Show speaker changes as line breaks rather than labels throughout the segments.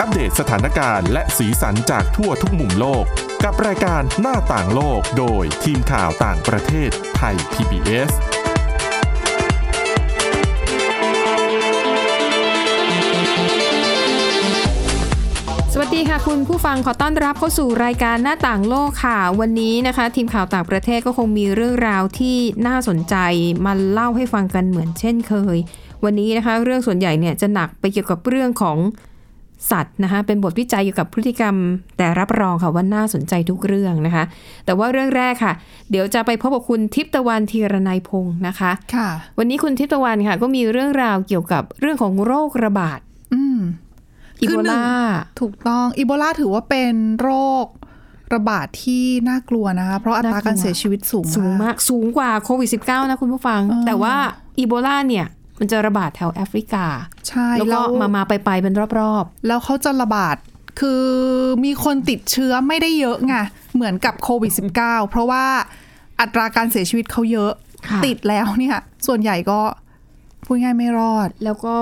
อัปเดตสถานการณ์และสีสันจากทั่วทุกมุมโลก กับรายการหน้าต่างโลกโดยทีมข่าวต่างประเทศไทย PBS
สวัสดีค่ะคุณผู้ฟังขอต้อนรับเข้าสู่รายการหน้าต่างโลกค่ะ วันนี้นะคะ ทีมข่าวต่างประเทศก็คงมีเรื่องราวที่น่าสนใจมาเล่าให้ฟังกันเหมือนเช่นเคย วันนี้นะคะ เรื่องส่วนใหญ่เนี่ยจะหนักไปเกี่ยวกับเรื่องของสัตว์นะคะ เป็นบทวิจัยเกี่ยวกับพฤติกรรม แต่รับรองค่ะว่าน่าสนใจทุกเรื่องนะคะ แต่ว่าเรื่องแรกค่ะ เดี๋ยวจะไปพบกับคุณทิพย์ตะวันธีรนัยพงศ์นะคะ
ค่ะ
วันนี้คุณทิพย์ตะวันค่ะก็มีเรื่องราวเกี่ยวกับเรื่องของโรคระบาด
อืม
อี
คื
โบ
อหนึ่
ลา
ง ถูกต้อง อีโบลาถือว่าเป็นโรคระบาดที่น่ากลัวนะคะ เพราะอัตรา
น่ากลัว
การเสียชีวิตสูง
สูง
มาก
มากสูงกว่าโควิด -19 นะคุณผู้ฟัง
เออ
แต่ว่าอีโบลาเนี่ย มันจะระบาดแถวแอฟริกา
ใช่
แล้วก็มามาไปไปๆเป็นรอบ
แล้วเขาจะระบาด คือมีคนติดเชื้อไม่ได้เยอะไง เหมือนกับโควิด -19 เพราะว่าอัตราการเสียชีวิตเขาเยอะ
ค่ะ
ติดแล้วเนี่ย ส่วนใหญ่ก็พูดง่ายไม่รอด
ๆ แล้วก็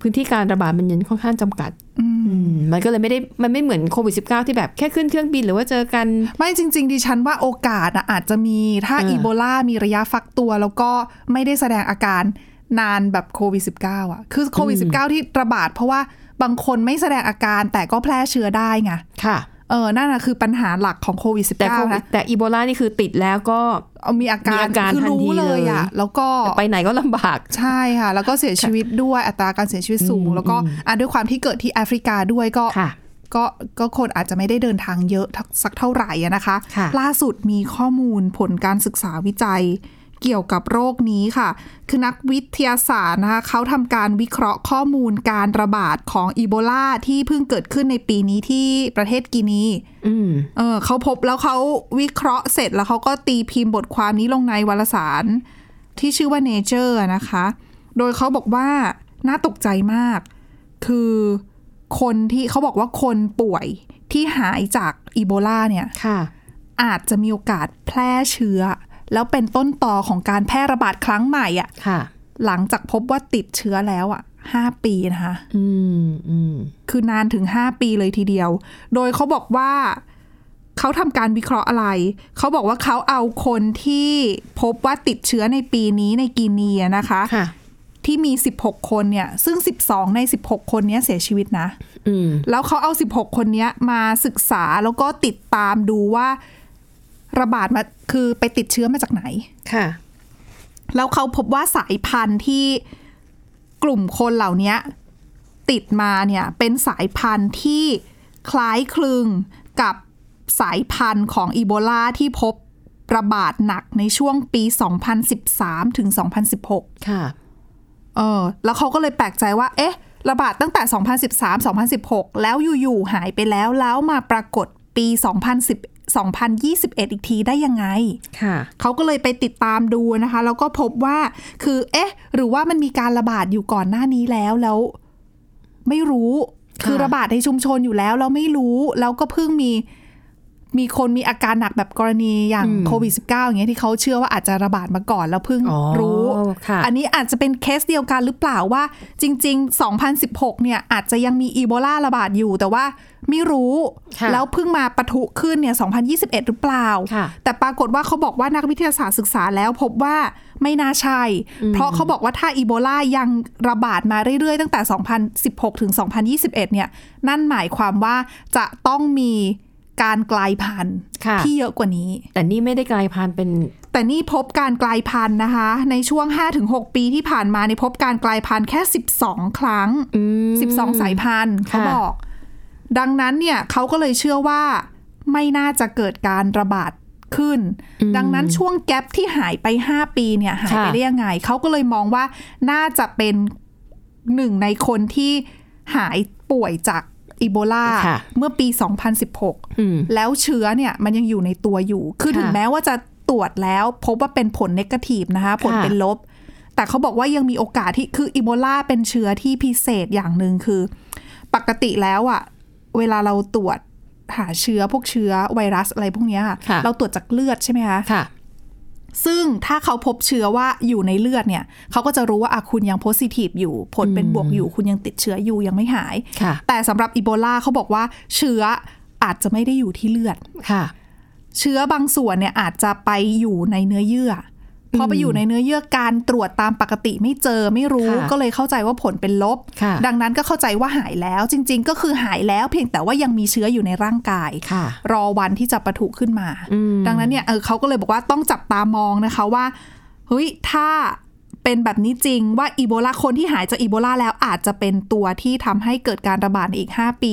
พื้นที่การระบาดมันยังค่อนข้างจำกัด
อืม
อืมมันก็เลยไม่ได้มันไม่เหมือนโควิด -19 ที่แบบแค่ขึ้นเครื่องบินหรือว่าเจอกัน
ไม่จริง ๆ ดิฉันว่าโอกาสอะอาจจะมีถ้า
เอออี
อีโบลามีระยะฟักตัว แล้วก็ไม่ได้แสดงอาการนานแบบโควิด -19 อ่ะ คือโควิด -19 ที่ระบาดเพราะว่าบางคนไม่แสดงอาการแต่ก็แพร่เชื้อได้ไง
ค่ะ
เออนั่นนะคือปัญหาหลักของโควิด
แต่โค
-19
วิด
นะ
แต่อีโบลานี่คือติดแล้วก็
เอามีอาการ
มีอาการ
คื
ทันที
รู้เลย
เลย
อะแล้วก็
ไปไหนก็ลำบาก
ใช่ค่ะ แล้วก็เสียชีวิตด้วยอัตราการเสียชีวิตสูง
อืม
แล้วก็
อืม
อ่ะด้วยความที่เกิดที่แอฟริกาด้วยก็
ค่ะ
ก็ก็คนอาจจะไม่ได้เดินทางเยอะทักสักเท่าไหร่อะนะคะ
ค่ะ
ล่าสุดมีข้อมูลผลการศึกษาวิจัย เกี่ยวกับโรคนี้ค่ะ คือนักวิทยาศาสตร์นะคะเขาทำการวิเคราะห์ข้อมูลการระบาดของอีโบลาที่เพิ่งเกิดขึ้นในปีนี้ที่ประเทศกินี
อืม
เออเขาพบแล้วเขาวิเคราะห์เสร็จแล้วเขาก็ตีพิมพ์บทความนี้ลงในวารสาร ที่ชื่อว่า Nature นะคะ โดยเขาบอกว่าน่าตกใจมาก คือคนที่เขาบอกว่าคนป่วยที่หายจากอีโบลาเนี่ย
ค่ะ
อาจจะมีโอกาสแพร่เชื้อ แล้วเป็นต้นต่อของการแพร่ระบาดครั้งใหม่อะ
ค่ะ
หลังจากพบว่าติดเชื้อแล้วอะห้าปีนะคะ
อืมอืม
คือนานถึง 5 ปีเลยทีเดียว โดยเขาบอกว่าเขาทำการวิเคราะห์อะไร เขาบอกว่าเขาเอาคนที่พบว่าติดเชื้อในปีนี้ในกีเนียนะคะ
ค่ะ
ที่มี 16 คนเนี่ย ซึ่ง 12 ใน 16 คนเนี้ยเสียชีวิตนะ
อืม
แล้วเขาเอา 16 คนเนี้ยมาศึกษาแล้วก็ติดตามดูว่าระบาดมา คือไปติดเชื้อมาจากไหน
ค่ะ
แล้วเขาพบว่าสายพันธุ์ที่กลุ่มคนเหล่านี้ติดมาเนี่ยเป็นสายพันธุ์ที่คล้ายคลึงกับสายพันธุ์ของอีโบลาที่พบระบาดหนักในช่วงปี 2013 ถึง 2016
ค่ะ
เออ แล้วเขาก็เลยแปลกใจว่า เอ๊ะ ระบาดตั้งแต่ 2013 2016 แล้วอยู่ๆหายไปแล้วแล้วมาปรากฏปี 2010 2021 อีกทีได้ยังไง
ค่ะ
เขาก็เลยไปติดตามดูนะคะ แล้วก็พบว่าคือเอ๊ะ หรือว่ามันมีการระบาดอยู่ก่อนหน้านี้แล้วแล้ว ไม่รู้
ค่ะ
คือระบาดในชุมชนอยู่แล้วแล้วไม่รู้แล้วก็เพิ่งมีมีคนมีอาการหนักแบบกรณีอย่างโควิด -19 อย่างเงี้ยที่เขาเชื่อว่าอาจจะระบาดมาก่อนแล้วเพิ่ง
อ๋อ
รู้
ค่ะ
อันนี้อาจจะเป็นเคสเดียวกันหรือเปล่าว่า จริง ๆ 2016 เนี่ย อาจจะยังมีอีโบลาระบาดอยู่ แต่ว่าไม่รู้
ค่ะ
แล้วเพิ่งมาปะทุขึ้นเนี่ย 2021 หรือเปล่า
ค่ะ
แต่ปรากฏว่าเขาบอกว่านักวิทยาศาสตร์ศึกษาแล้วพบว่าไม่น่าใช่ เพราะเขาบอกว่าถ้าอีโบลายังระบาดมาเรื่อยๆ ตั้งแต่ 2016 ถึง 2021 เนี่ย นั่นหมายความว่าจะต้องมีการกลายพันธุ์
ค่ะ
ที่เยอะกว่านี้
แต่นี่ไม่ได้กลายพันธุ์เป็น
แต่นี่พบการกลายพันธุ์นะคะ ในช่วง 5-6 ปีที่ผ่านมาในยพบการกลายพันธุ์แค่ 12 ครั้ง
อืม
12 สายพันธุ์เขา
ค่ะ
บอก ดังนั้นเนี่ยเขาก็เลยเชื่อว่าไม่น่าจะเกิดการระบาดขึ้น ดังนั้นช่วงแกปที่หายไป 5 ปีเนี่ยหายไปได้ยังไง เขาก็เลยมองว่าน่าจะเป็นหนึ่งในคนที่หายป่วยจากอีโบลา
ค่ะ
เมื่อปี 2016
อืม
แล้วเชื้อเนี่ยมันยังอยู่ในตัวอยู่ คือ
ค่ะ
ถึงแม้ว่าจะตรวจแล้วพบว่าเป็นผลเนกาทีฟนะคะ ผล
ค่ะ
เป็นลบ แต่เขาบอกว่ายังมีโอกาสที่คืออีโบลาเป็นเชื้อที่พิเศษอย่างหนึ่งคือ ปกติแล้วอะเวลาเราตรวจหาเชื้อพวกเชื้อไวรัสอะไรพวกเนี้ย
ค่ะ
เราตรวจจากเลือดใช่ไหมคะ
ค่ะ
ซึ่งถ้าเขาพบเชื้อว่าอยู่ในเลือดเนี่ย เขาก็จะรู้ว่าอะคุณยังโพซิทีฟอยู่ ผลเป็นบวกอยู่ คุณยังติดเชื้ออยู่ยังไม่หาย
ค่ะ
แต่สำหรับอีโบลาเขาบอกว่าเชื้ออาจจะไม่ได้อยู่ที่เลือด
ค่ะ
เชื้อบางส่วนเนี่ยอาจจะไปอยู่ในเนื้อเยื่ออพอไปอยู่ในเนื้อเยื่อการตรวจตามปกติไม่เจอไม่รู้
ค่ะ
ก็เลยเข้าใจว่าผลเป็นลบ
ค่ะ
ดังนั้นก็เข้าใจว่าหายแล้ว จริง ๆ ก็คือหายแล้วเพียงแต่ว่ายังมีเชื้ออยู่ในร่างกาย
ค่ะ
รอวันที่จะปะทุขึ้นมา
อืม
ดังนั้นเนี่ยเออเขาก็เลยบอกว่าต้องจับตามองนะคะว่าเฮ้ยถ้าเป็นแบบนี้จริงว่าอีโบลาคนที่หายจากอีโบลาแล้วอาจจะเป็นตัวที่ทำให้เกิดการระบาดในอีก 5 ปี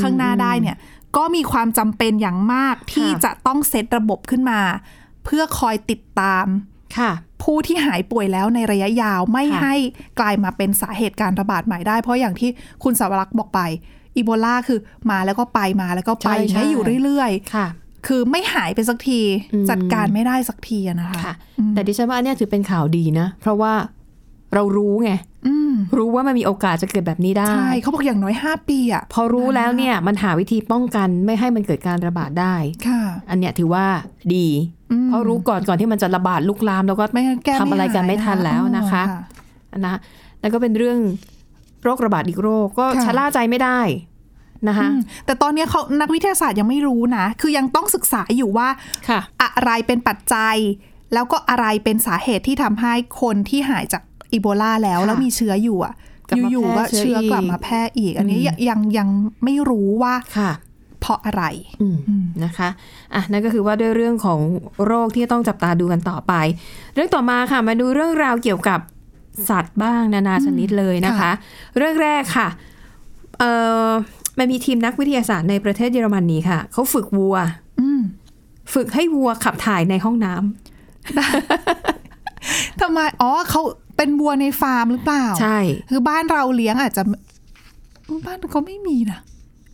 ข้างหน้าได้เนี่ยก็มีความจำเป็นอย่างมากที่
ค่ะ
จะต้องเซตระบบขึ้นมา เพื่อคอยติดตาม
ค่ะ
ผู้ที่หายป่วยแล้วในระยะยาวไม่
ค่ะ
ให้กลายมาเป็นสาเหตุการระบาดใหม่ได้ เพราะอย่างที่คุณสาวรักษ์บอกไปอีโบลาคือมาแล้วก็ไปมาแล้วก็ไป
ใช่ใช่
ใช้อยู่เรื่อย
ค่ะ
ๆ คือไม่หายไปสักที
อืม
จัดการไม่ได้สักทีอะนะคะ
ค่ะ
อืม
แต่ดิฉันว่าอันเนี้ยถือเป็นข่าวดีนะ เพราะว่าเรารู้ไง
อืม
รู้ว่ามันมีโอกาสจะเกิดแบบนี้ได้
ใช่เขาบอกอย่างน้อย 5 ปีอะ
พอรู้แล้วเนี่ยมันหาวิธีป้องกันไม่ให้มันเกิดการระบาดได้
ค่ะ
อันเนี้ยถือว่าดี
อืม
เพราะรู้ก่อนก่อนที่มันจะระบาดลุกลาม แล้วก็
ไม่งั้นแก้
ทำอะไรกันไม่ทันแล้วนะคะ
หาย
นะแล้วก็เป็นเรื่องโรคระบาดอีกโรคก็
ค่ะ
ชะล่าใจไม่ได้นะคะ
อืมแต่ตอนเนี้ยเขานักวิทยาศาสตร์ยังไม่รู้นะ คือยังต้องศึกษาอยู่ว่า
ค่ะ
อะไรเป็นปัจจัย แล้วก็อะไรเป็นสาเหตุที่ทำให้คนที่หายจากอีโบลาแล้ว
ค่ะ
แล้วมีเชื้ออยู่อะ
กลับมา
อยู่ๆก็
แพร่เชื้อ
เชื้อ
อีก
กลับมาแพร่อีก อันนี้ยังยังยังไม่รู้ว่า
ค่ะ
เพราะอะไร
อืม
อืม
นะคะอ่ะนั่นก็คือว่าด้วยเรื่องของโรคที่ต้องจับตาดูกันต่อไป เรื่องต่อมาค่ะมาดูเรื่องราวเกี่ยวกับสัตว์บ้างนานาชนิดเลยนะคะ เรื่องแรกค่ะเอ่อมันมีทีมนักวิทยาศาสตร์ในประเทศเยอรมนีค่ะเขาฝึกวัว
อืม
ฝึกให้วัวขับถ่ายในห้องน้ำ
ทำไมอ๋อเขาเป็นวัวในฟาร์มหรือเปล่า
ใช่
คือบ้านเราเลี้ยงอาจจะบ้านเขาไม่มีนะ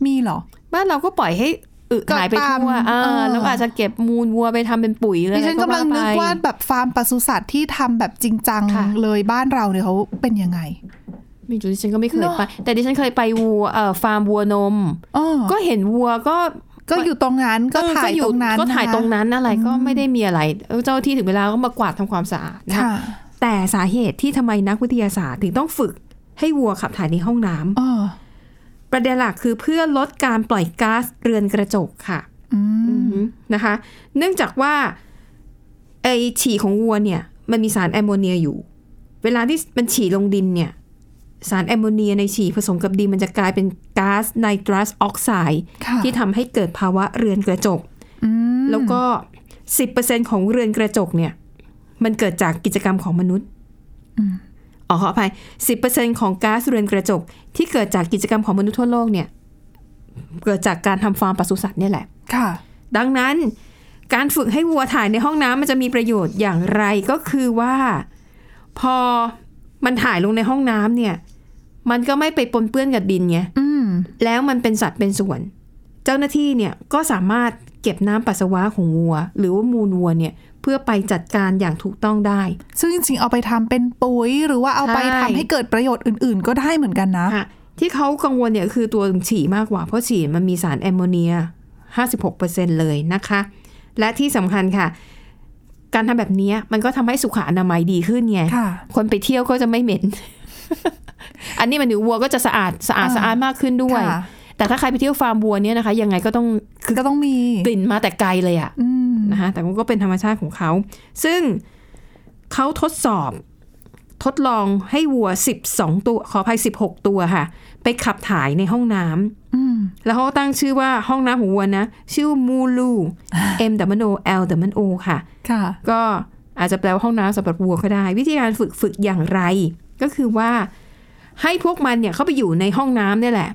มีเหรอ
บ้านเราก็ปล่อยให้อึ
ก็
หายไป
ตาม
ทั่วเอ
เออ
อแล้วอาจจะเก็บมูลวัวไปทำเป็นปุ๋ยเลย
ดิฉันกำลังนึก
ไป
ว่าแบบฟาร์มปศุสัตว์ที่ทำแบบจริงจัง
ค่ะ
เลยบ้านเราเนี่ยเขาเป็นยังไง
ไม่รู้ดิฉันก็ไม่เคย
เนอะ
ไป แต่ดิฉันเคยไปวัวเอ่อฟาร์มวัวนม
อ๋อ
ก็เห็นวัวก็
ก็อยู่ตรงนั้นก็
เออ
ถ่าย
อ
ตรงนั้น
ก็ถ่าย
นะคะ
ตรงนั้นอะไรก็ไม่ได้มีอะไรเออเจ้าหน้าที่ถึงเวลาก็มากวาดทำความสะอาดน
ค่ะ
แต่สาเหตุที่ทำไมนักวิทยาศาสตร์ถึงต้องฝึกให้วัวขับถ่ายในห้องน้ำ
อ๋อ
ประเด็นหลักคือเพื่อลดการปล่อยก๊าซเรือนกระจกค่ะ
อืม
นะคะ เนื่องจากว่าไอฉี่ของวัวเนี่ย มันมีสารแอมโมเนียอยู่ เวลาที่มันฉี่ลงดินเนี่ย สารแอมโมเนียในฉี่ผสมกับดินมันจะกลายเป็นก๊าซไนตรัสออกไซด์
ค่ะ
ที่ทำให้เกิดภาวะเรือนกระจก
อืม
แล้วก็ 10%ของเรือนกระจกเนี่ย มันเกิดจากกิจกรรมของมนุษย์อ๋อขออภัย 10%ของก๊าซเรือนกระจก ที่เกิดจากกิจกรรมของมนุษย์ทั่วโลกเนี่ย เกิดจากการทำฟาร์มปศุสัตว์เนี่ยแหละ
ค่ะ
ดังนั้นการฝึกให้วัวถ่ายในห้องน้ำมันจะมีประโยชน์อย่างไรก็คือว่า พอมันถ่ายลงในห้องน้ำเนี่ย มันก็ไม่ไปปนเปื้อนกับดินไง
อืม
แล้วมันเป็นสัตว์เป็นส่วน เจ้าหน้าที่เนี่ยก็สามารถเก็บน้ำปัสสาวะของวัว หรือว่ามูลวัวเนี่ยเพื่อไปจัดการอย่างถูกต้องได้
ซึ่งจริงๆเอาไปทำเป็นปุ๋ย หรือว่าเอาไป
ใช่
ทำให้เกิดประโยชน์อื่นๆ ก็ได้เหมือนกันนะ
ค่ะที่เขากังวลเนี่ยคือตัวฉี่มากกว่า เพราะฉี่มันมีสารแอมโมเนีย 56%เลยนะคะ และที่สำคัญค่ะ การทำแบบเนี้ยมันก็ทำให้สุขอนามัยดีขึ้นไง
ค่ะ
คนไปเที่ยวก็จะไม่เหม็น อันนี้มันถึงวัวก็จะสะอาดสะอาด
อ่า
สะอาดมากขึ้นด้วย
ค่ะ
แต่ถ้าใครไปเที่ยวฟาร์มวัวเนี่ยนะคะ ยังไงก็ต้องคือ
ก็ต้องมี
กลิ่นมาแต่ไกลเลยอะ
อืม
นะคะแต่มันก็เป็นธรรมชาติของเขา ซึ่งเขาทดสอบ ทดลองให้วัว 12 ตัว ขออภัย 16 ตัวค่ะ ไปขับถ่ายในห้องน้ำ
อืม
แล้วเขาก็ตั้งชื่อว่าห้องน้ำของวัวนะ ชื่อมูลู M W O L W O ค่ะ
ค่ะ
ก็อาจจะแปลว่าห้องน้ำสำหรับวัวก็ได้ วิธีการฝึกฝึกอย่างไร ก็คือว่าให้พวกมันเนี่ยเข้าไปอยู่ในห้องน้ำเนี่ยแหละ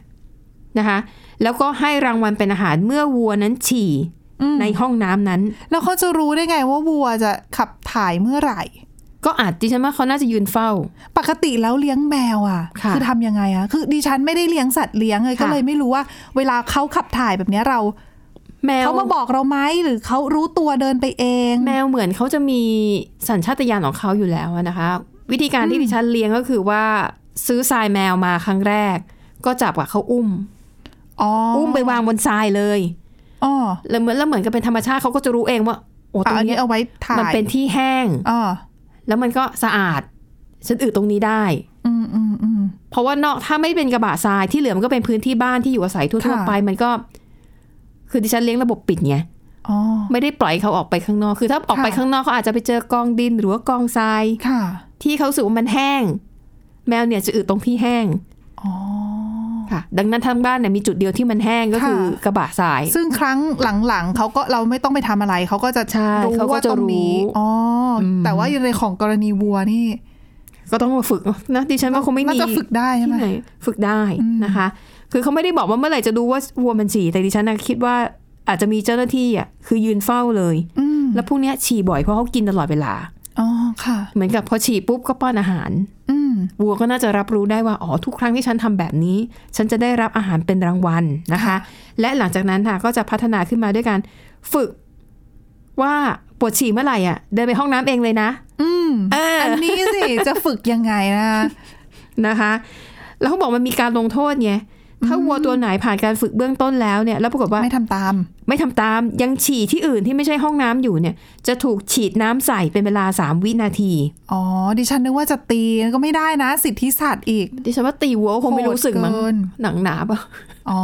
นะคะ แล้วก็ให้รางวัลเป็นอาหารเมื่อวัวนั้นฉี่
อืม
ในห้องน้ำนั้น
แล้วเขาจะรู้ได้ไงว่าวัวจะขับถ่ายเมื่อไหร่
ก็อาจดิฉันว่าเขาน่าจะยืนเฝ้า
ปกติแล้วเลี้ยงแมวอ่ะ
ค่ะ
อทำยังไงอะคือดิฉันไม่ได้เลี้ยงสัตว์เลี้ยงเลย
ค่ะ
ก็เลยไม่รู้ว่า เวลาเขาขับถ่ายแบบเนี้ยเรา
แมว
เขามาบอกเราไหมหรือเขารู้ตัวเดินไปเอง
แมวเหมือนเขาจะมีสัญชาตญาณของเขาอยู่แล้วอะนะคะ วิธีการที่ดิฉันเลี้ยงก็คือว่าซื้อทรายแมวมาครั้งแรก ก็จับกับเขาอุ้ม
อ๋อ
อุ้มไปวางบนทรายเลย
อ๋อ
แล้วเหมือนแล้วเหมือนกับเป็นธรรมชาติเขาก็จะรู้เองว่า อ้ตร
อ่ะอัน
ง
นี้
เนี้ย
เอาไว้ถ่าย
มันเป็นที่แห้ง
อ่า
แล้วมันก็สะอาดฉันอึตรงนี้ได้
อืมอืมอืม
เพราะว่านอกถ้าไม่เป็นกระบะทรายที่เหลือมันก็เป็นพื้นที่บ้านที่อยู่อาศัยทั่ว
ค่ะ
ๆไป มันก็ คือดิฉันเลี้ยงระบบปิดไง
อ๋อ
ไม่ได้ปล่อยเขาออกไปข้างนอก คือถ้าออกไป
ค่ะ
ข้างนอกเขาอาจจะไปเจอกองดินหรือว่ากองทราย
ค่ะ
ที่เขารู้สึกว่ามันแห้ง แมวเนี่ยจะอึตรงที่แห้ง
อ๋อ
ค่ะ ดังนั้นทั้งบ้านเนี่ยมีจุดเดียวที่มันแห้งก็คือ
ค่ะ
กระบะทราย
ซึ่งครั้งหลังๆเขาก็เราไม่ต้องไปทำอะไรเขาก็จะ
ใช่เขา
รู้
ก็
ว่า
จะ
ตรงนี้
รู้
อ๋ออ
ม
แต่ว่าในของกรณีวัวนี่
ก็ต้องมาฝึกนะดิฉันว่าคงไม่มี
น่าจะฝึกได้ใช่
ที่
ไหม
ไหนฝึกได้
อืม
นะคะ คือเขาไม่ได้บอกว่าเมื่อไหร่จะดูว่าวัวมันฉี่แต่ดิฉันนะคิดว่าอาจจะมีเจ้าหน้าที่อ่ะคือยืนเฝ้าเลย
อืม
แล้วพวกเนี้ยฉี่บ่อยเพราะเขากินตลอดเวลา
อ๋อค่ะ
เหมือนกับพอฉี่ปุ๊บก็ป้อนอาหาร
อืม
วัวก็น่าจะรับรู้ได้ว่า อ๋อ ทุกครั้งที่ฉันทำแบบนี้ ฉันจะได้รับอาหารเป็นรางวัลนะคะ และหลังจากนั้นค่ะก็จะพัฒนาขึ้นมาด้วยการฝึกว่าปวดฉี่เมื่อไหร่อ่ะเดินไปห้องน้ำเองเลยนะ
อืม
เอออั
นนี้สิ จะฝึกยังไงนะ
นะคะ แล้วเขาบอกมันมีการลงโทษไงถ้าวัวตัวไหนผ่านการฝึกเบื้องต้นแล้วเนี่ยแล้วปรากฏว่า
ไม่ทำตาม
ไม่ทำตามยังฉี่ที่อื่นที่ไม่ใช่ห้องน้ำอยู่เนี่ย จะถูกฉีดน้ำใส่เป็นเวลาสามวินาที
อ๋อ ดิฉันนึกว่าจะตีก็ไม่ได้นะ สิทธิสัตว์อีก
ดิฉันว่าตีวัวก็คงไม่รู้สึกมั้ง
โหดเน
หนังหนาปะ
อ๋อ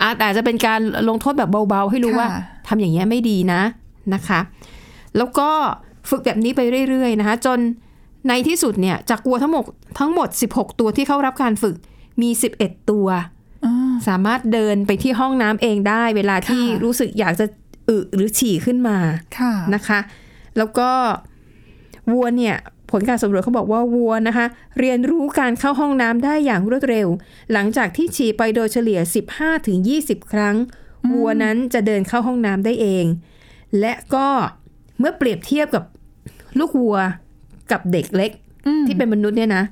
อ่ะแต่อาจจะเป็นการลงโทษแบบเบาๆ ให้รู้
ค่ะ
ว่าทำอย่างเงี้ยไม่ดีนะนะคะ แล้วก็ฝึกแบบนี้ไปเรื่อยๆนะคะ จนในที่สุดเนี่ยจากวัวทั้งหมดทั้งหมด 16 ตัวที่เข้ารับการฝึกมี 11 ตัว
อ่า
สามารถเดินไปที่ห้องน้ำเองได้ เวลาที่
ค่ะ
รู้สึกอยากจะอึหรือฉี่ขึ้นมา
ค่ะ
นะคะ แล้วก็วัวเนี่ยผลการสำรวจเขาบอกว่าวัวนะคะ เรียนรู้การเข้าห้องน้ำได้อย่างรวดเร็ว หลังจากที่ฉี่ไปโดยเฉลี่ย 15-20 ครั้ง วัวนั้นจะเดินเข้าห้องน้ำได้เอง และก็เมื่อเปรียบเทียบกับลูกวัวกับเด็กเล็ก
อืม
ที่เป็นมนุษย์เนี่ยนะ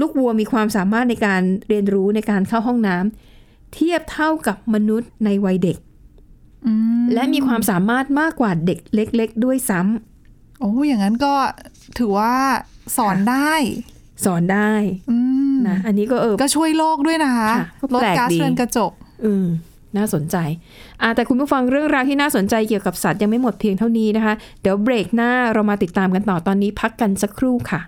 ลูกวัวมีความสามารถในการเรียนรู้ในการเข้าห้องน้ำเทียบเท่ากับมนุษย์ในวัยเด็ก
อืม
และมีความสามารถมากกว่าเด็กเล็ก ๆ ด้วยซ้
โอ้อย่างนั้นก็ถือว่าสอนได้
ำสอนได้
อืม
นะอันนี้ก็เออ
ก็ช่วยโลกด้วยนะคะ
ค่ะก็
ลด
แปลก
ก๊าซ
ดี
เรือนกระจก
อืมน่าสนใจอ่ะแต่คุณผู้ฟังเรื่องราวที่น่าสนใจเกี่ยวกับสัตว์ยังไม่หมดเพียงเท่านี้นะคะ เดี๋ยวเบรกหน้าเรามาติดตามกันต่อตอนนี้พักกันสักครู่ค่ะ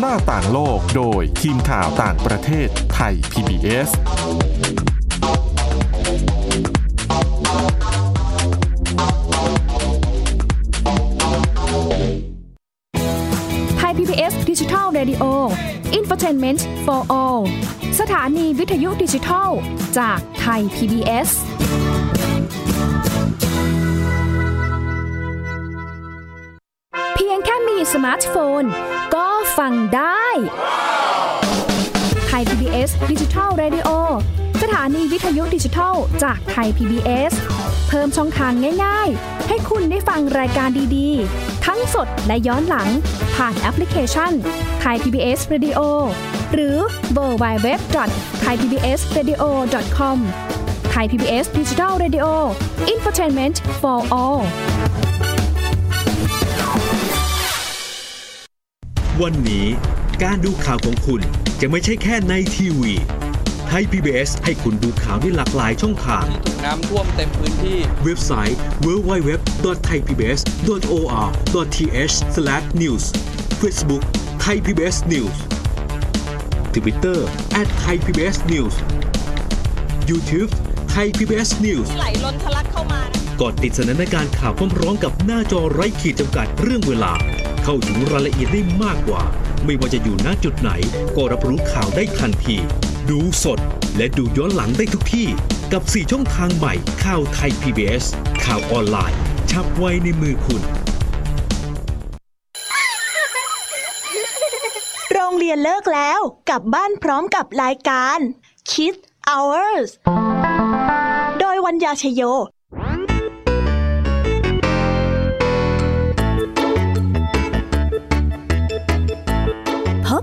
หน้าต่างโลกโดยทีมข่าวต่างประเทศไทย PBS
ไทย PBS Digital Radio Infotainment for All สถานีวิทยุดิจิทัลจากไทย PBS เพียงแค่มีสมาร์ทโฟน ก็ฟังได้ไทย PBS Digital Radio สถานีวิทยุดิจิทัลจากไทย PBS เพิ่มช่องทางง่ายๆ ให้คุณได้ฟังรายการดีๆ ทั้งสดและย้อนหลัง ผ่านแอปพลิเคชันไทย PBS Radio หรือเวอร์บายเว็บไทยพีบีเอสเรดิโอคอมไทยพีบีเอสดิจิทัลเรดิโออินฟอร์ทนเมนต์ for all
วันนี้การดูข่าวของคุณจะไม่ใช่แค่ในทีวีไทย PBS ให้คุณดูข่าวได้หลากหลายช่องทาง
ที่ถูกน้ำท่วมเต็มพื้นที่
เว็บไซต์ www.thaipbs.or.th/news Facebook Thai PBS News Twitter @thaipbsnews YouTube Thai PBS News
ไหลล้นทะลักเข้ามา
ก่อนติดสนันในการข่าวพร้อมๆกับหน้าจอไร้ขีดจำกัดเรื่องเวลา เข้าถึงรายละเอียดได้มากกว่า ไม่ว่าจะอยู่ณจุดไหน ก็รับรู้ข่าวได้ทันที ดูสดและดูย้อนหลังได้ทุกที่ กับ 4 ช่องทางใหม่ข่าวไทย PBS ข่าวออนไลน์ ชับไว้ในมือคุณ
โรงเรียนเลิกแล้วกลับบ้านพร้อมกับรายการ Kids Hours โดยวัญญาชยโย พบ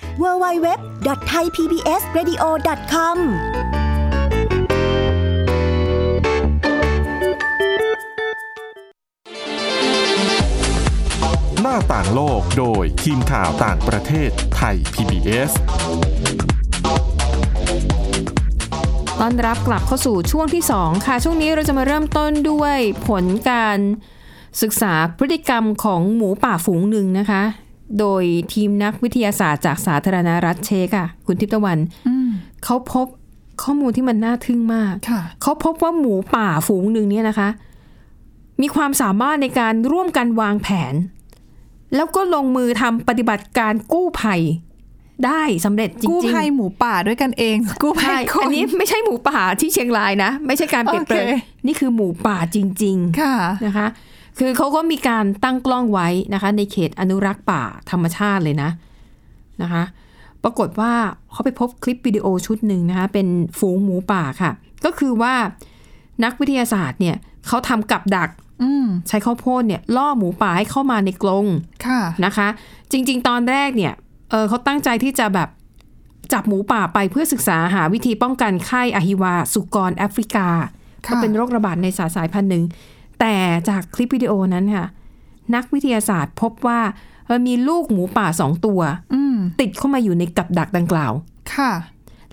www.thaipbsradio.com
หน้าต่างโลกโดยทีมข่าวต่างประเทศไทย PBS
ต้อนรับกลับเข้าสู่ช่วงที่ 2 ค่ะ ช่วงนี้เราจะมาเริ่มต้นด้วยผลการศึกษาพฤติกรรมของหมูป่าฝูงหนึ่งนะคะ โดยทีมนักวิทยาศาสตร์จากสาธารณรัฐเชกอะคุณทิพย์ตะวัน
อืม
เขาพบข้อมูลที่มันน่าทึ่งมาก
ค่ะ
เขาพบว่าหมูป่าฝูงหนึ่งเนี่ยนะคะ มีความสามารถในการร่วมกันวางแผน แล้วก็ลงมือทำปฏิบัติการกู้ภัยได้สำเร็จจริงๆ
กู้ภัยหมูป่าด้วยกันเอง กู้ภั
ใช่
ยคน
อันนี้ไม่ใช่หมูป่าที่เชียงรายนะ ไม่ใช่การเปรียบเปรย
โอเค
นี่คือหมูป่าจริง
ค่ะ
ๆนะคะ คือเขาก็มีการตั้งกล้องไว้นะคะ ในเขตอนุรักษ์ป่าธรรมชาติเลยนะนะคะ ปรากฏว่าเขาไปพบคลิปวิดีโอชุดหนึ่งนะคะ เป็นฝูงหมูป่าค่ะ ก็คือว่านักวิทยาศาสตร์เนี่ยเขาทำกับดัก
อืม
ใช้ข้าวโพดเนี่ยล่อหมูป่าให้เข้ามาในกรง
ค่ะ
นะคะ จริง ๆ ตอนแรกเนี่ยเออเขาตั้งใจที่จะแบบจับหมูป่าไปเพื่อศึกษาหาวิธีป้องกันไข้อะฮิวา สุกรแอฟริกา
ค่ะ
ก็เป็นโรคระบาดในสายสายพันธุ์หนึ่ง แต่จากคลิปวิดีโอนั้นค่ะ นักวิทยาศาสตร์พบว่าเออมีลูกหมูป่าสองตัว
อืม
ติดเข้ามาอยู่ในกับดักดังกล่าว
ค่ะ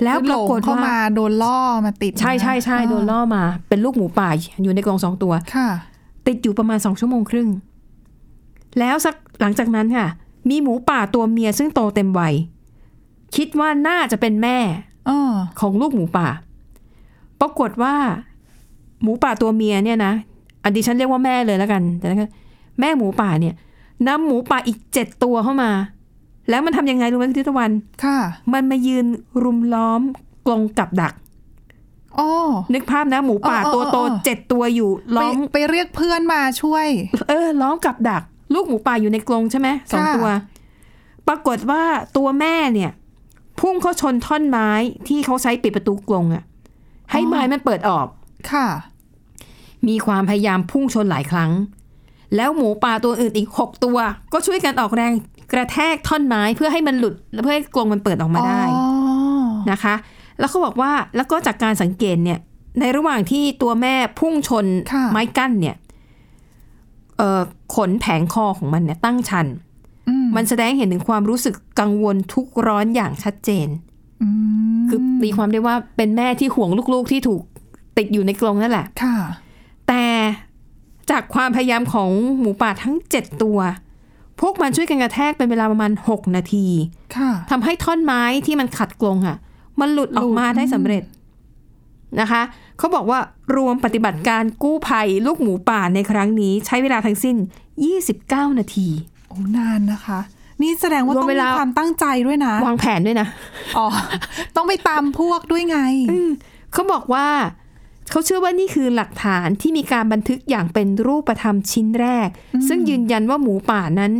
แล้วป
คือหล
ราง กฏ
เข้า
ว่า
มาโดนล่อมาติด
ใช่ใช่ใช่
ะ
โดนล่อมา เป็นลูกหมูป่าอยู่ในกรงสองตัว
ค่ะ
ติดอยู่ประมาณสองชั่วโมงครึ่ง แล้วสักหลังจากนั้นค่ะ มีหมูป่าตัวเมียซึ่งโตเต็มวัย คิดว่าน่าจะเป็นแม่
อ้อ
ของลูกหมูป่า ปรากฏว่า หมูป่าตัวเมียเนี่ยนะอันดิฉันเรียกว่าแม่เลยแล้วกันแต่นะคะแม่หมูป่าเนี่ยนำหมูป่าอีกเจ็ดตัวเข้ามา แล้วมันทำยังไงรู้ไหมคุณทิตวัน
ค่ะ
มันมายืนรุมล้อมกรงกับดัก
อ้อ
นึกภาพนะหมูป่า
อ๋ออ๋อ
ตัวโต
อ๋อ
เจ็ดตัวอยู่ล้อม
ไปไปเรียกเพื่อนมาช่วย
เออล้อมกับดัก ลูกหมูป่าอยู่ในกรงใช่ไหมสอง
ค่ะ
ตัว ปรากฏว่าตัวแม่เนี่ย พุ่งเข้าชนท่อนไม้ที่เขาใช้ปิดประตูกรงอะให้ไม้มันเปิดออก
ค่ะ
มีความพยายามพุ่งชนหลายครั้ง แล้วหมูป่าตัวอื่นอีกหกตัว ก็ช่วยกันออกแรงกระแทกท่อนไม้เพื่อให้มันหลุดและเพื่อให้กรงมันเปิดออกมาได้
อ๋อ
นะคะ แล้วเขาบอกว่า แล้วก็จากการสังเกตเนี่ย ในระหว่างที่ตัวแม่พุ่งชน
ค่ะ
ไม้กั้นเนี่ย เอ่อ ขนแผงคอของมันเนี่ยตั้งชัน
อืม
มันแสดงให้เห็นถึงความรู้สึกกังวลทุกข์ร้อนอย่างชัดเจน
อืม
คือตีความได้ว่าเป็นแม่ที่ห่วงลูกๆที่ถูกติดอยู่ในกรงนั่นแหละ
ค่ะ
แต่จากความพยายามของหมูป่าทั้ง 7 ตัว พวกมันช่วยกันกระแทกเป็นเวลาประมาณ 6 นาที
ค่ะ
ทำให้ท่อนไม้ที่มันขัดกรงอ่ะ มันหลุดออกมาได้สำเร็จนะคะ เขาบอกว่ารวมปฏิบัติการกู้ภัยลูกหมูป่าในครั้งนี้ ใช้เวลาทั้งสิ้น 29 นาที
โอ้นานนะคะ นี่แสดงว่าต้อ
ร
ง
วมเว
มี
ลา
ความตั้งใจด้วยนะ
วางแผนด้วยนะ
อ๋อ ต้องไปตามพวกด้วยไง
เขาบอกว่าเขาเชื่อว่านี่คือหลักฐานที่มีการบันทึกอย่างเป็นรูปธรรมชิ้นแรก ซึ่งยืนยันว่าหมูป่านั้น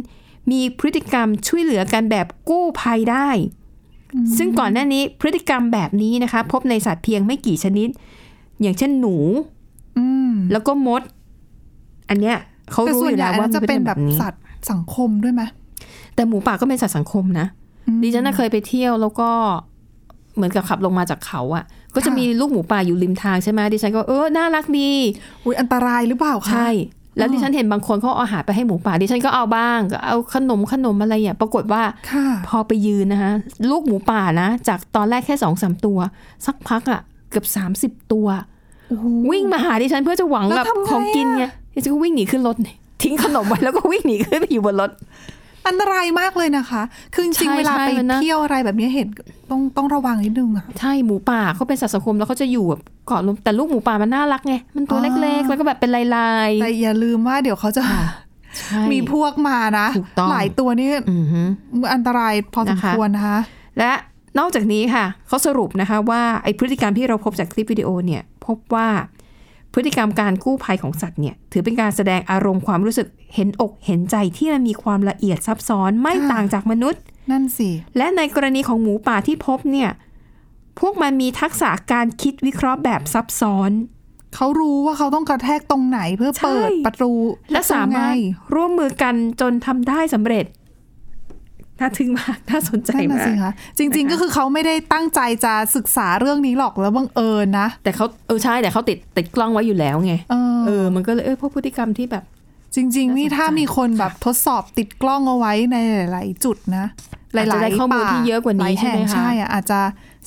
มีพฤติกรรมช่วยเหลือกันแบบกู้ภัยได้ ซึ่งก่อนหน้านี้พฤติกรรมแบบนี้นะคะ พบในสัตว์เพียงไม่กี่ชนิด อย่างเช่นหนู
อืม
แล้วก็มด อันเนี้ยเขา
แต่
รู้อ
ส่วน
ยู่
ใหญ่
แล้ว
มั
ว่านมั
จะ
น
เป็
เป็นน
แบ
แบบ บนี้
สัตว์สังคมด้วยไหม
แต่หมูป่าก็เป็นสัตว์สังคมนะ
อืม
ดิฉันน่ะเคยไปเที่ยวแล้วก็เหมือนกับขับลงมาจากเขาอะ่ะ ก็จะ
ค่ะ
มีลูกหมูป่าอยู่ริมทางใช่ไหมดิฉันก็เออน่ารักดี
อุ้ยอันตรายหรือเปล่าคะ
ใช่ แล้วดิฉันเห็นบางคนเขาเอาอาหารไปให้หมูป่า ดิฉันก็เอาบ้างก็เอาขนมขนมอะไรอ่ะปรากฏว่า
ค่ะ
พอไปยืนนะคะลูกหมูป่านะ จากตอนแรกแค่สองสามตัว สักพักอ่ะเกือบสามสิบตัว วิ่งมาหาดิฉันเพื่อจะหวัง
แล้ว
แบบ
ทำไง
ของกิน
อะ
ไงดิฉันก็วิ่งหนีขึ้นรถเนี่ยทิ้งขนมไว้แล้วก็วิ่งหนีขึ้นไปอยู่บนรถ
อันตรายมากเลยนะคะ คือจ
ใช่
ริงๆเวลา
ใช่
ไป
มันนะ
เที่ยวอะไรแบบนี้เห็นต้องต้องระวังนิดนึงอ่ะ
ใช่หมูป่าเขาเป็นสัตว์สังคมแล้วเขาจะอยู่แบบเกาะลมแต่ลูกหมูป่ามันน่ารักไงมันตัว
อ๋อ
เล็กๆ แล้วก็แบบเป็นลาย
แต่อย่าลืมว่าเดี๋ยวเขาจะ
ๆใช่
มีพวกมานะ
ถูกต้อง
หลายตัวนี่
อือหือ
อันตรายพอสม
นะคะ
ควรนะคะ
และนอกจากนี้ค่ะเขาสรุปนะคะว่าไอพฤติกรรมที่เราพบจากคลิปวิดีโอเนี่ยพบว่าพฤติกรรมการกู้ภัยของสัตว์เนี่ยถือเป็นการแสดงอารมณ์ความรู้สึกเห็นอกเห็นใจที่มันมีความละเอียดซับซ้อนไม่
ค่ะ
ต่างจากมนุษย์
นั่นสิ
และในกรณีของหมูป่าที่พบเนี่ยพวกมันมีทักษะการคิดวิเคราะห์แบบซับซ้อน
เขารู้ว่าเขาต้องกระแทกตรงไหนเพื่อเปิด
ใช่
ประตู
และสามารถ
ยังไง
ร่วมมือกันจนทำได้สำเร็จ น่าทึ่งมาก น่าสนใจ
นั่นน่ะ
มา
สิ
ก
คะจริง ๆ ก็คือเขาไม่ได้ตั้งใจจะศึกษาเรื่องนี้หรอกแล้วบังเอิญนะ
แต่เขาเออใช่แต่เขาติดติดกล้องไว้อยู่แล้วไง
เออ
เออ มันก็เลยเออพวกพฤติกรรมที่แบบ
จริง ๆ นี่
น่าสนใจ
ถ้ามีคนแบบทดสอบติดกล้องเอาไว้ในหลายๆจุดนะ หลาย
อาจจะได้ข้อมูล
ป่
ที่เยอะกว่า
หล
นี้
แ
ใช่ไหม
ง
คะ
ใช่อะอาจจะ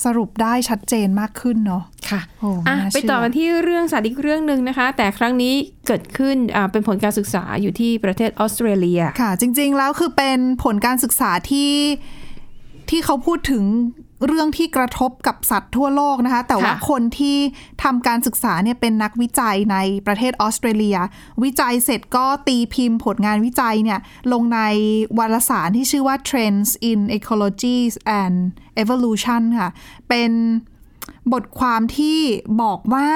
สรุปได้ชัดเจนมากขึ้นเนาะ
ค่ะ
โอ้
อ่ะ
น่าเชื่อ
ไปต่อกันที่เรื่องสัตว์อีกเรื่องหนึ่งนะคะ แต่ครั้งนี้เกิดขึ้นอ่าเป็นผลการศึกษาอยู่ที่ประเทศออสเตรเลีย
ค่ะ จริง ๆ แล้วคือเป็นผลการศึกษาที่ที่เขาพูดถึงเรื่องที่กระทบกับสัตว์ทั่วโลกนะคะ แต่ว่า
ค่ะ
คนที่ทำการศึกษาเนี่ยเป็นนักวิจัยในประเทศออสเตรเลีย วิจัยเสร็จก็ตีพิมพ์ผลงานวิจัยเนี่ยลงในวารสารที่ชื่อว่า Trends in Ecology and Evolution ค่ะ เป็นบทความที่บอกว่า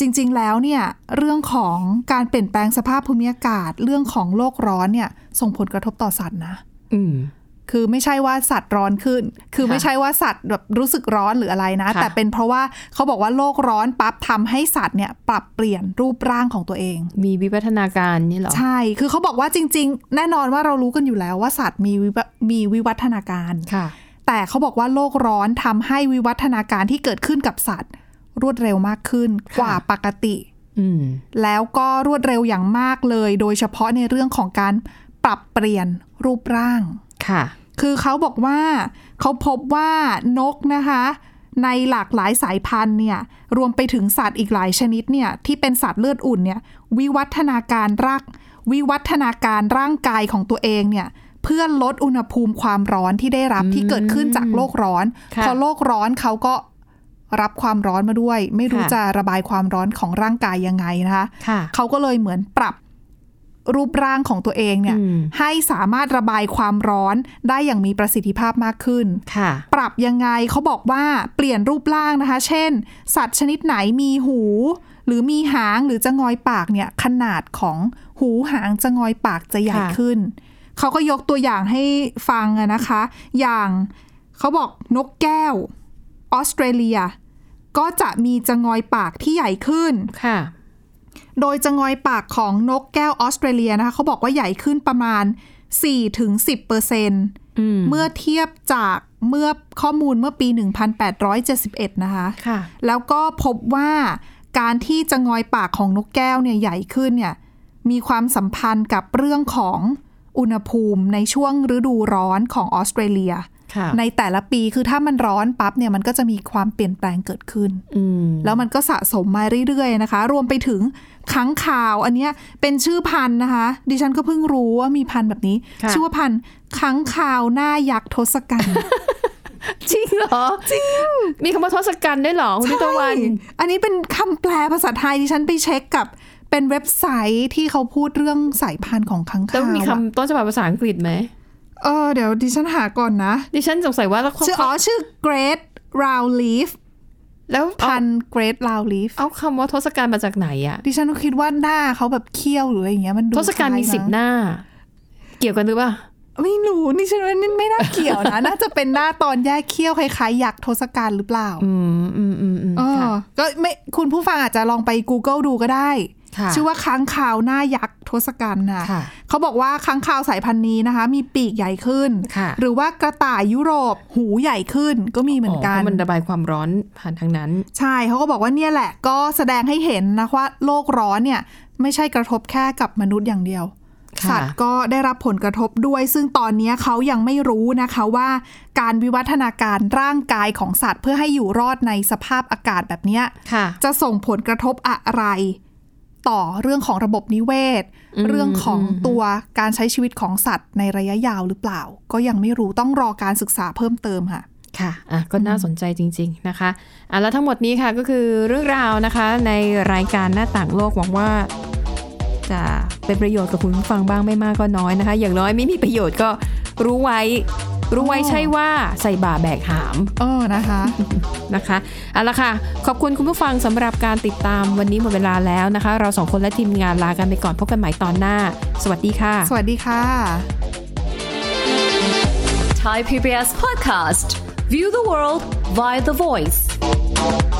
จริงๆ แล้วเนี่ยเรื่องของการเปลี่ยนแปลงสภาพภูมิอากาศ เรื่องของโลกร้อนเนี่ยส่งผลกระทบต่อสัตว์นะ
อืม
คือไม่ใช่ว่าสัตว์ร้อนขึ้น คือ
ค่ะ
ไม่ใช่ว่าสัตว์แบบรู้สึกร้อนหรืออะไรนะ
ค่ะ
แต่เป็นเพราะว่าเขาบอกว่าโลกร้อนปั๊บทำให้สัตว์เนี่ยปรับเปลี่ยนรูปร่างของตัวเอง
มีวิวัฒนาการนี่เหรอ
ใช่ คือเขาบอกว่าจริง ๆ แน่นอนว่าเรารู้กันอยู่แล้วว่าสัตว์มีวิวะมีวิวัฒนาการ
ค่ะ
แต่เขาบอกว่าโลกร้อนทำให้วิวัฒนาการที่เกิดขึ้นกับสัตว์ รวดเร็วมากขึ้นกว่าปกติ
อืม
แล้วก็รวดเร็วอย่างมากเลย โดยเฉพาะในเรื่องของการปรับเปลี่ยนรูปร่าง
ค่ะ
คือเขาบอกว่าเขาพบว่านกนะคะ ในหลากหลายสายพันธุ์เนี่ยรวมไปถึงสัตว์อีกหลายชนิดเนี่ยที่เป็นสัตว์เลือดอุ่นเนี่ยวิวัฒนาการรัก วิวัฒนาการร่างกายของตัวเองเนี่ยเพื่อลดอุณหภูมิความร้อนที่ได้รับที่เกิดขึ้นจากโลกร้อน
ค่ะ
พอโลกร้อนเขาก็รับความร้อนมาด้วย ไม่รู้
ค่ะ
จะระบายความร้อนของร่างกายยังไงนะคะ
ค่ะ
เขาก็เลยเหมือนปรับรูปร่างของตัวเองเนี่ย
อืม
ให้สามารถระบายความร้อนได้อย่างมีประสิทธิภาพมากขึ้น
ค่ะ
ปรับยังไงเขาบอกว่าเปลี่ยนรูปร่างนะคะ เช่น สัตว์ชนิดไหนมีหู หรือมีหางหรือจะงอยปากเนี่ยขนาดของหูหางจะงอยปากจะใหญ่
ค่ะ
ขึ้น เขาก็ยกตัวอย่างให้ฟังอะนะคะ อย่างเขาบอกนกแก้วออสเตรเลีย ก็จะมีจะงอยปากที่ใหญ่ขึ้น
ค่ะ
โดยจะงอยปากของนกแก้วออสเตรเลียนะคะเขาบอกว่าใหญ่ขึ้นประมาณ 4-10%เปอร์เซ็นต์
อืม
เมื่อเทียบจากเมื่อข้อมูลเมื่อปี 1871 นะคะ
ค่ะ
แล้วก็พบว่าการที่จะงอยปากของนกแก้วเนี่ยใหญ่ขึ้นเนี่ยมีความสัมพันธ์กับเรื่องของอุณหภูมิในช่วงฤดูร้อนของออสเตรเลีย
ค่ะ
ในแต่ละปีคือถ้ามันร้อนปั๊บเนี่ยมันก็จะมีความเปลี่ยนแปลงเกิดขึ้น
อืม
แล้วมันก็สะสมมาเรื่อยๆนะคะ รวมไปถึงค้างคาว อันเนี้ยเป็นชื่อพันธุ์นะคะ ดิฉันก็เพิ่งรู้ว่ามีพันธุ์แบบนี้
ค่ะ
ชื่อว่าพันธุ์ค้างคาวหน้ายักษ์ทศกัณฐ์
จริงเหรอ จริง มีคำว่าทศกัณฐ์ด้วยเหรอคุณทิตวัน
อันนี้เป็นคำแปลภาษาไทยดิฉันไปเช็คกับ เป็นเว็บไซต์ที่เขาพูดเรื่องสายพันธุ์ของค้าง
แล้ว
คาว
มีคำ
อะ
ต้นฉบับภาษาอังกฤษไหม
เออเดี๋ยวดิฉันหาก่อนนะ
ดิฉันสงสัยว่าแล้วเขา
ชื่ออ๋อชื่อ Great Round Leaf
แล้ว
พันธุ์ Great Round Leaf
เอาคำว่าทศกัณฐ์มาจากไหนอะ
ดิฉันก็คิดว่าหน้าเขาแบบเขี้ยวหรืออะไรอย่างเงี้ยมันดู
ทศกัณฐ์มี
คล้าย
สิบ
นะ
หน้า เกี่ยวกันหรือเปล่า
ไม่รู้นี่ฉันว่านี่ไม่น่าเกี่ยวนะ น่าจะเป็นหน้าตอนแยกเขี้ยวคล้ายๆยักษ์ทศกัณฐ์หรือเปล่า
อืมอืมอืมอืม
เออ
ค่ะ
ก็ไม่คุณผู้ฟังอาจจะลองไป Google ดูก็ได้
ค่ะ
ชื่อว่าค้างคาวหน้ายักษ์ทศกัณฐ์นะ
ค่ะ
เขาบอกว่าค้างคาวสายพันธุ์นี้นะคะ มีปีกใหญ่ขึ้น
ค่ะ
หรือว่ากระต่ายยุโรปหูใหญ่ขึ้นก็มีเหมือนกั
เพ
น
ราะมันระบายความร้อนผ่านทางนั้น
ใช่เขาก็บอกว่าเนี่ยแหละก็แสดงให้เห็นนะว่าโลกร้อนเนี่ยไม่ใช่กระทบแค่กับมนุษย์อย่างเดียว
ค่ะ
สัตว์ก็ได้รับผลกระทบด้วย ซึ่งตอนเนี้ยเขายังไม่รู้นะคะว่า การวิวัฒนาการร่างกายของสัตว์ เพื่อให้อยู่รอดในสภาพอากาศแบบเนี้ย
ค่ะ
จะส่งผลกระทบอะไร ต่อเรื่องของระบบนิเวศ เรื่องของตัวการใช้ชีวิตของสัตว์ในระยะยาวหรือเปล่า ก็ยังไม่รู้ต้องรอการศึกษาเพิ่มเติมค่ะ
ค่ะอ่ะ ก็น่าสนใจจริง ๆ นะคะอ่ะแล้วทั้งหมดนี้ค่ะก็คือเรื่องราวนะคะ ในรายการหน้าต่างโลกหวังว่า จะเป็นประโยชน์กับคุณผู้ฟังบ้างไม่มากก็น้อยนะคะ อย่างน้อยไม่มีประโยชน์ก็รู้ไว้ รวยใช่ว่าใส่บ่าแบกหาม
เออนะคะ
นะคะเอาละค่ะ ขอบคุณคุณผู้ฟังสำหรับการติดตามวันนี้หมดเวลาแล้วนะคะ เราสองคนและทีมงานลากันไปก่อนพบกันใหม่ตอนหน้า สวัสดีค่ะ
สวัสดีค่ะ
Thai PBS podcast. View the world via the voice.